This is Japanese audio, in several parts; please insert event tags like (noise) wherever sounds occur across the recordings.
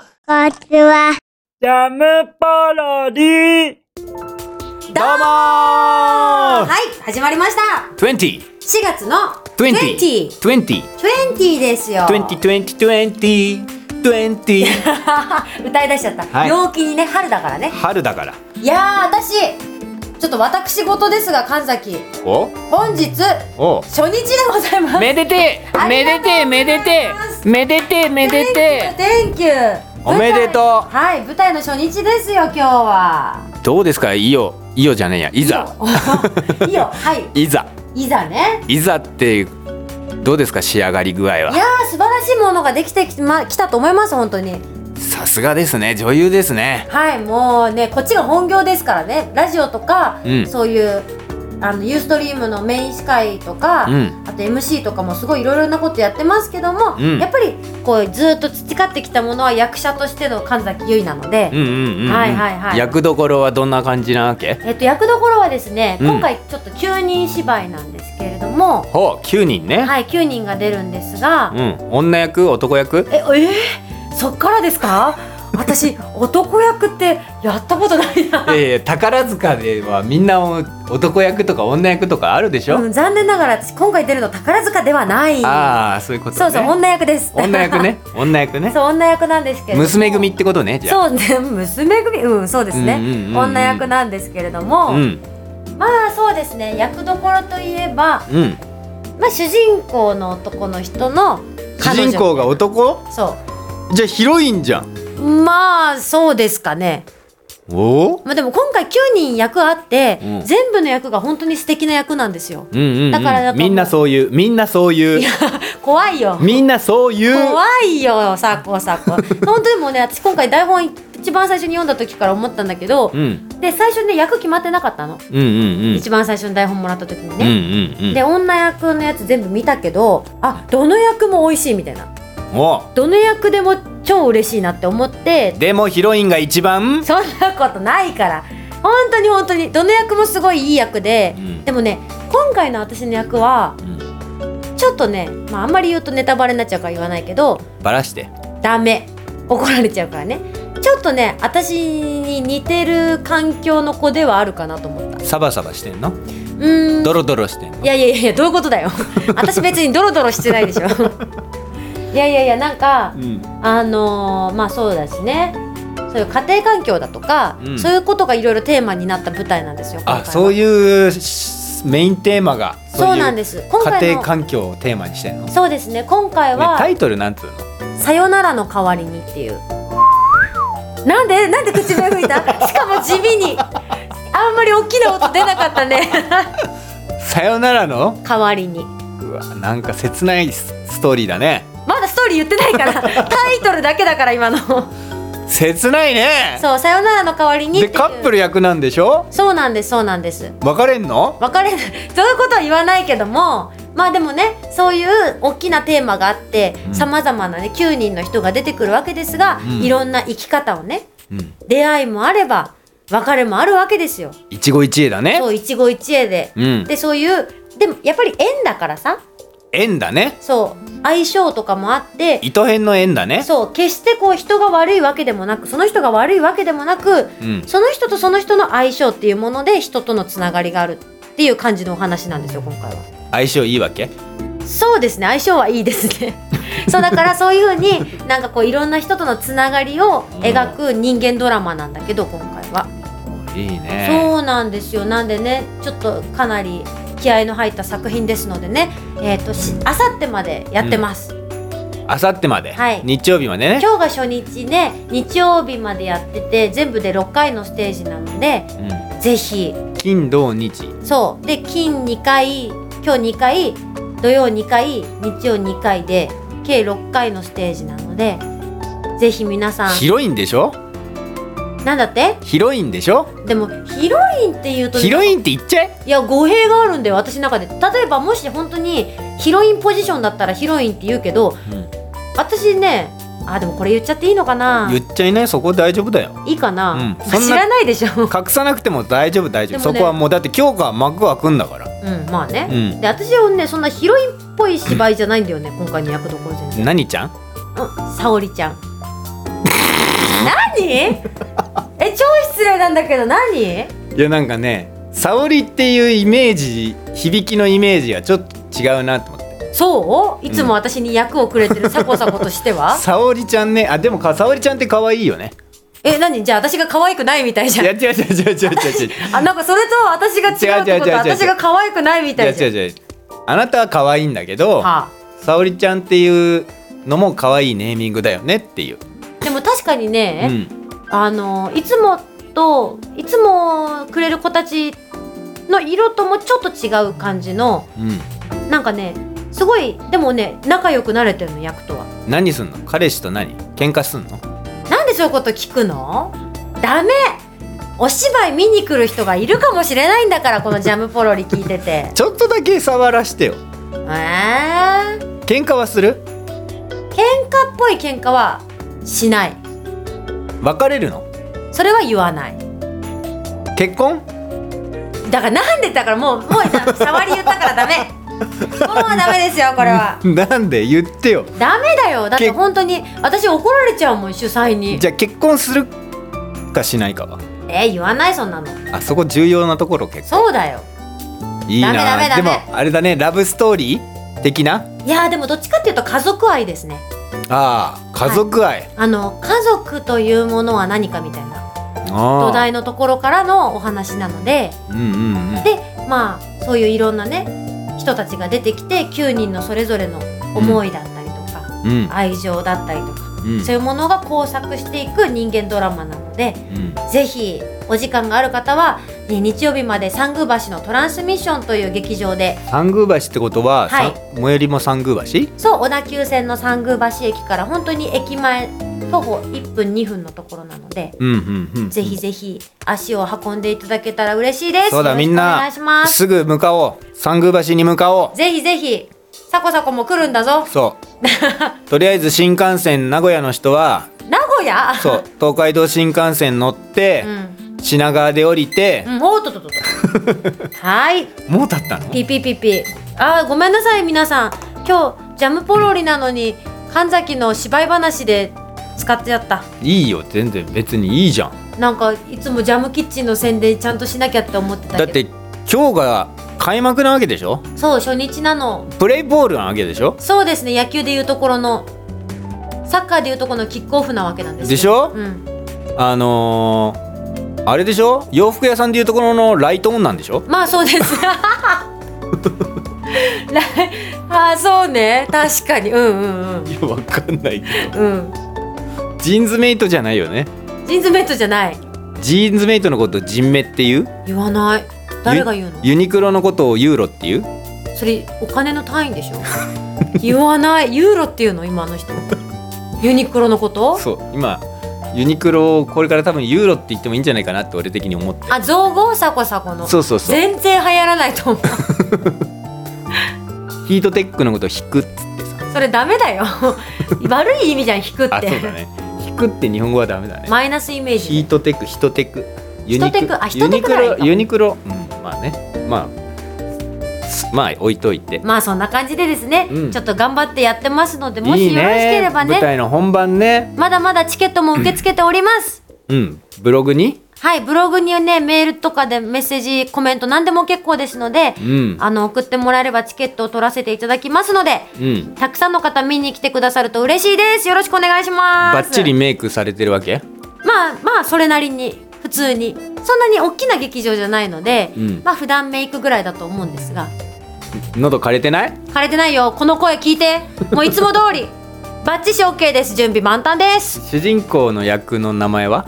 ちは。ジャムパロディどうもどうもーはい、始まりました !20! 4月の 20! 20 20! 20ですよ 20! 20! (laughs) 20! 歌い出しちゃった、はい陽気にね、春だからね春だから。いやー、私ちょっと私事ですが、神崎お本日お初日でございますめでてありめがでとうございますてめでてめでてめでて Thank you, thank you おめでとう舞台はい、舞台の初日ですよ、今日はどうですかいいよ。いいよじゃねえや。いざ。いいよ、はい、いざ。いざ (laughs) ねいざって、どうですか仕上がり具合いやは。ー、素晴らしいものができてき,、ま、きたと思います、本当にさすがですね。女優ですね。はいもうねこっちが本業ですからねラジオとか、うんそういうあのユーストリームのメイン司会とか、うんあと MC とかもすごいいろいろなことやってますけども、うんやっぱりこうずっと培ってきたものは役者としての神崎結衣なので、うんうんうんうん。はいはいはい役どころはどんな感じなわけえっと、役どころはですね、うん今回ちょっと9人芝居なんですけれども、ほう、9人ね。はい、9人が出るんですが、うん。女役男役ええーそっからですか私男役ってやったことないな。ええ宝塚ではみんな男役とか女役とかあるでしょ、うん、残念ながら私今回出るの宝塚ではないああそういうことねそうそう女役です女役ね女役ね (laughs) そう女役なんですけれども娘組ってことねじゃあそうね娘組うんそうですね、うんうんうんうん女役なんですけれども、んまあそうですね役どころといえば、うんまあ、主人公の男の人の主彼女人公が男そじゃあヒロインじゃんうまあそうですかねおおまあでも今回9人役あって、うん全部の役が本当に素敵な役なんですようんうん、うん、だからだと思うみんなそういうみんなそういう怖いよみんなそういう怖いよさこさこ (laughs) 本当にもうね私今回台本一番最初に読んだ時から思ったんだけど、うんで最初ね役決まってなかったの、うんうんうん一番最初に台本もらった時にうんうね、んうで女役のやつ全部見たけどあどの役も美味しいみたいなんおどの役でも超嬉しいなって思ってでもヒロインが一番そんなことないから本当に本当にどの役もすごいいい役で、うんでもね今回の私の役はうんちょっとね、まあ、あんまり言うとネタバレになっちゃうから言わないけどバラしてダメ怒られちゃうからねちょっとね私に似てる環境の子ではあるかなと思ったうサバサバしてんのーんドロドロしてんのいやいやいやどういうことだ (laughs) よ私別にドロドロしてないでしょいやいやいやなんかうんあのーまあそうだしねそういう家庭環境だとか、うんそういうことがいろいろテーマになった舞台なんですよあそういういうしメインテーマがそうなんですす今家回の庭環境をテーマにしてんの、ね、そうですね今回は、タイトルなんつうのさよならの代わりにっていうなんでなんで口笛吹いたしかも地味にあんまり大きな音出なかったねさよならの代わりにうわなんか切ないスストーリーだねまだストーリー言ってないからタイトルだけだから今の切ないねそうさよならの代わりにっていでうカップル役なんでしょそうなんですそうなんです別れんの別れないそういうことは言わないけどもまあでもねそういう大きなテーマがあってうんさまざまなね9人の人が出てくるわけですが、うんいろんな生き方をねうん出会いもあれば別れもあるわけですよ。一期一会だねそう一期一会で、うんでそういうでもやっぱり縁だからさ縁だねそう相性とかもあって糸編の縁だねそう決してこう人が悪いわけでもなくその人が悪いわけでもなく、うんその人とその人の相性っていうもので人とのつながりがあるっていう感じのお話なんですよ今回は。相性いいわけそうですね相性はいいです (laughs) ねそうだからそういうふうになんかこういろんな人とのつながりを描く人間ドラマなんだけど今回は、いいねそうなんですよなんでねちょっとかなり気合の入った作品ですのでねえっ、としあさってまでやってます、あさってまで、はい日曜日までね今日が初日ね日曜日までやってて全部で6回のステージなのでぜひうん、金土日そうで金2回今日2回土曜2回日曜2回で計6回のステージなのでぜひ皆さんヒロインでしょなんだってヒロインでしょでもヒロインっていうとねヒロインって言っちゃえいや語弊があるんだよ私の中で例えばもし本当にヒロインポジションだったらヒロインって言うけどうん私ねあでもこれ言っちゃっていいのかな言っちゃいないそこ大丈夫だよいいかな、うんまあそんな知らないでしょ (laughs) 隠さなくても大丈夫大丈で夫、もそねこはもうだって今日から幕は開くんだからうんまあね、うんで私はねそんなヒロインっぽい芝 (laughs) 居じゃないんだよね今回の役どころ全然 (laughs) 何ちゃんうん、沙織ちゃん。何え超失礼なんだけど何いやなんかね沙織っていうイメージ響きのイメージがちょっと違うなと思ってそういつも私に役をくれてるサコサコとして (laughs) は、沙織ちゃんねあでもか沙織ちゃんって可愛いよねえ何じゃあ私が可愛くないみたいいじゃんや違う違う違う違う違う違う (laughs) あなんかそれと私が違うってことは違う違う違う違う私が可愛くないみいたやいじゃ違んう違うあなたは可愛いんだけどは沙織ちゃんっていうのも可愛いネーミングだよねっていう、あ、でも確かにうね、ん、あのいつもといつもくれる子たちの色ともちょっと違う感じのうん、なんかねすごいでもね仲良くなれてるの役とは何すんの彼氏と何喧嘩すんのなんでそういうこと聞くのダメお芝居見に来る人がいるかもしれないんだからこのジャムポロリ聞いててちょっとだけ触らしてよえー、喧喧嘩はする嘩っぽい喧嘩はしない別れるのそれは言わない結婚だからなんでだからもうもう触り言ったからダメもうダメですよこれは (laughs) なんで言ってよダメだよだってけ本当に私怒られちゃうもん主催にじゃあ結婚するかしないかはえー言わないそんなのあそこ重要なところ結そうだよ構いいなダメダメダメでもあれだねラブストーリー的ないやーでもどっちかっていうと家族愛ですねああ家族愛、あの家族というものは何かみたいな土ああ台のところからのお話なのでうんうんうんでまあそういういろんなね人たちが出てきて9人のそれぞれの思いだったりとか、うん愛情だったりとか、うんそういうものが交錯していく人間ドラマなのでうんぜひお時間がある方は、ね日曜日まで三宮橋のトランスミッションという劇場で三宮橋ってことは、はいさ最寄りも三宮橋そう小田急線の三宮橋駅から本当に駅前徒歩1分2分のところなのでうんうんうんぜひぜひ足を運んでいただけたら嬉しいですそうだよろしみくんお願ないしますすぐ向かおう三宮橋に向かおうぜひぜひサコサコも来るんだぞそ (laughs) うとりあえず新幹線名古屋の人は名古屋そう東海道新幹線乗ってう、ん、品川で降りてう、ん、おっとっとっとっ (laughs) とはいもう経ったのピピピピあーごめんなさい皆さん今日ジャムポロリなのに神崎の芝居話で使っちゃったいいよ全然別にいいじゃんなんかいつもジャムキッチンの宣伝ちゃんとしなきゃって思ってたけだどって今日が開幕なわけでしょそう初日なのプレイボールなわけでしょそうですね野球でいうところのサッカーでいうところのキックオフなわけなんですでしょうん、あのー、あれでしょ洋服屋さんでいうところのライトオンなんでしょまあそうです (laughs) らああそうね確かにうんうんいやわかんないけうんうんどジーンズメイトじゃないよねジーンズメイトじゃないジーンズメイトのことジンメっていう言わない誰が言うのユニクロのことをユーロっていうそれお金の単位でしょ (laughs) 言わないユーロっていうの今 (laughs) の人ユニクロのことそう今ユニクロをこれから多分ユーロって言ってもいいんじゃないかなって俺的に思ってあ造語サコサコのそうそうそう全然流行らないと思うヒートテックのことを引くっつってそれダメ (laughs) だよ悪い意味じゃん引くってあそうだね引くって日本語はダメだねマイナスイメージヒートテックヒトテックユニヒトテクックあヒユトテニッククならいいかロもユニクロうんまあねまあすまあ置いといてまあそんな感じでですね、うんちょっと頑張ってやってますのでもいしいよろしけれねばね舞台の本番ねまだまだチケットも受け付けております、うんブログにはいブログにねメールとかでメッセージコメント何でも結構ですので、うんあの送ってもらえればチケットを取らせていただきますのでうんたくさんの方見に来てくださると嬉しいですよろしくお願いしますバッチリメイクされてるわけまあまあそれなりに普通にそんなに大きな劇場じゃないので、うんまあ普段メイクぐらいだと思うんですが喉枯れてない枯れてないよこの声聞いてもういつも通り (laughs) バッチシ OK です準備満タンです主人公の役の名前は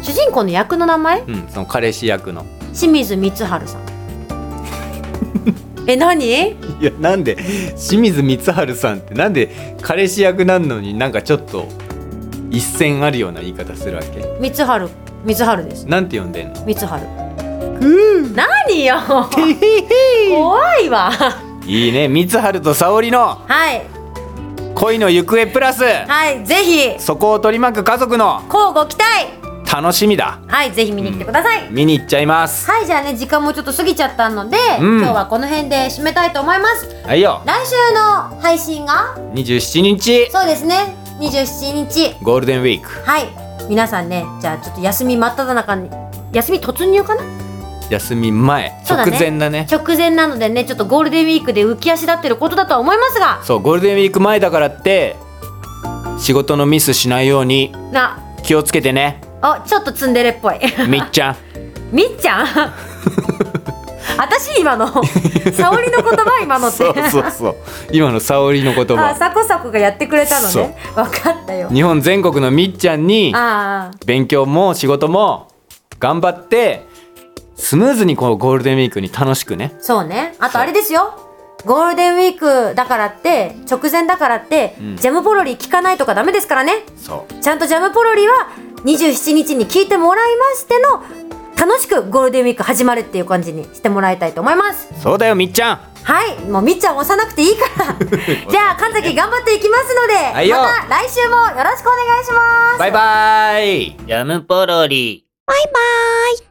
主人公の役の名前うんその彼氏役の清水光晴さん (laughs) え何いやなんで清水光晴さんってなんで彼氏役なんのになんかちょっと一線あるような言い方するわけ光晴光晴ですなんて呼んでんの光晴何よ怖いわいいね光晴と沙織のはい恋の行方プラスはいぜひそこを取り巻く家族の乞うご期待楽しみだはいぜひ見に来てください、見に行っちゃいますはいじゃあね時間もちょっと過ぎちゃったので、うん今日はこの辺で締めたいと思いますはいよ来週の配信が27日そうですね27日ゴールデンウィークはい皆さんねじゃあちょっと休み真っ只中に休み突入かな休み前そうだ直ね前だね直前なのでねちょっとゴールデンウィークで浮き足立ってることだとは思いますがそうゴールデンウィーク前だからって仕事のミスしないようにな気をつけてねあちょっとツンデレっぽい (laughs) みっちゃんみっちゃん (laughs) 私今の (laughs) 沙織の言葉今のってそうそうそう今の沙織の言あ葉サコサコがやってくれたのね分かったよ日本全国のみっちゃんにああ勉強も仕事も頑張ってスムーズにこのゴールデンウィークに楽しくねそうねあそとうあれですよゴールデンウィークだからって直前だからって、うんジャムポロリ聞かないとかダメですからねそちゃんとジャムポロリは27日に聞いてもらいましての楽しくゴールデンウィーク始まるっていう感じにしてもらいたいと思いますうそうだよみっちゃんはいもうみっちゃん押さなくていいから (laughs) じゃあ神崎頑張っていきますので、はいよまた来週もよろしくお願いしますバイバイジャムポロリ。バイバイ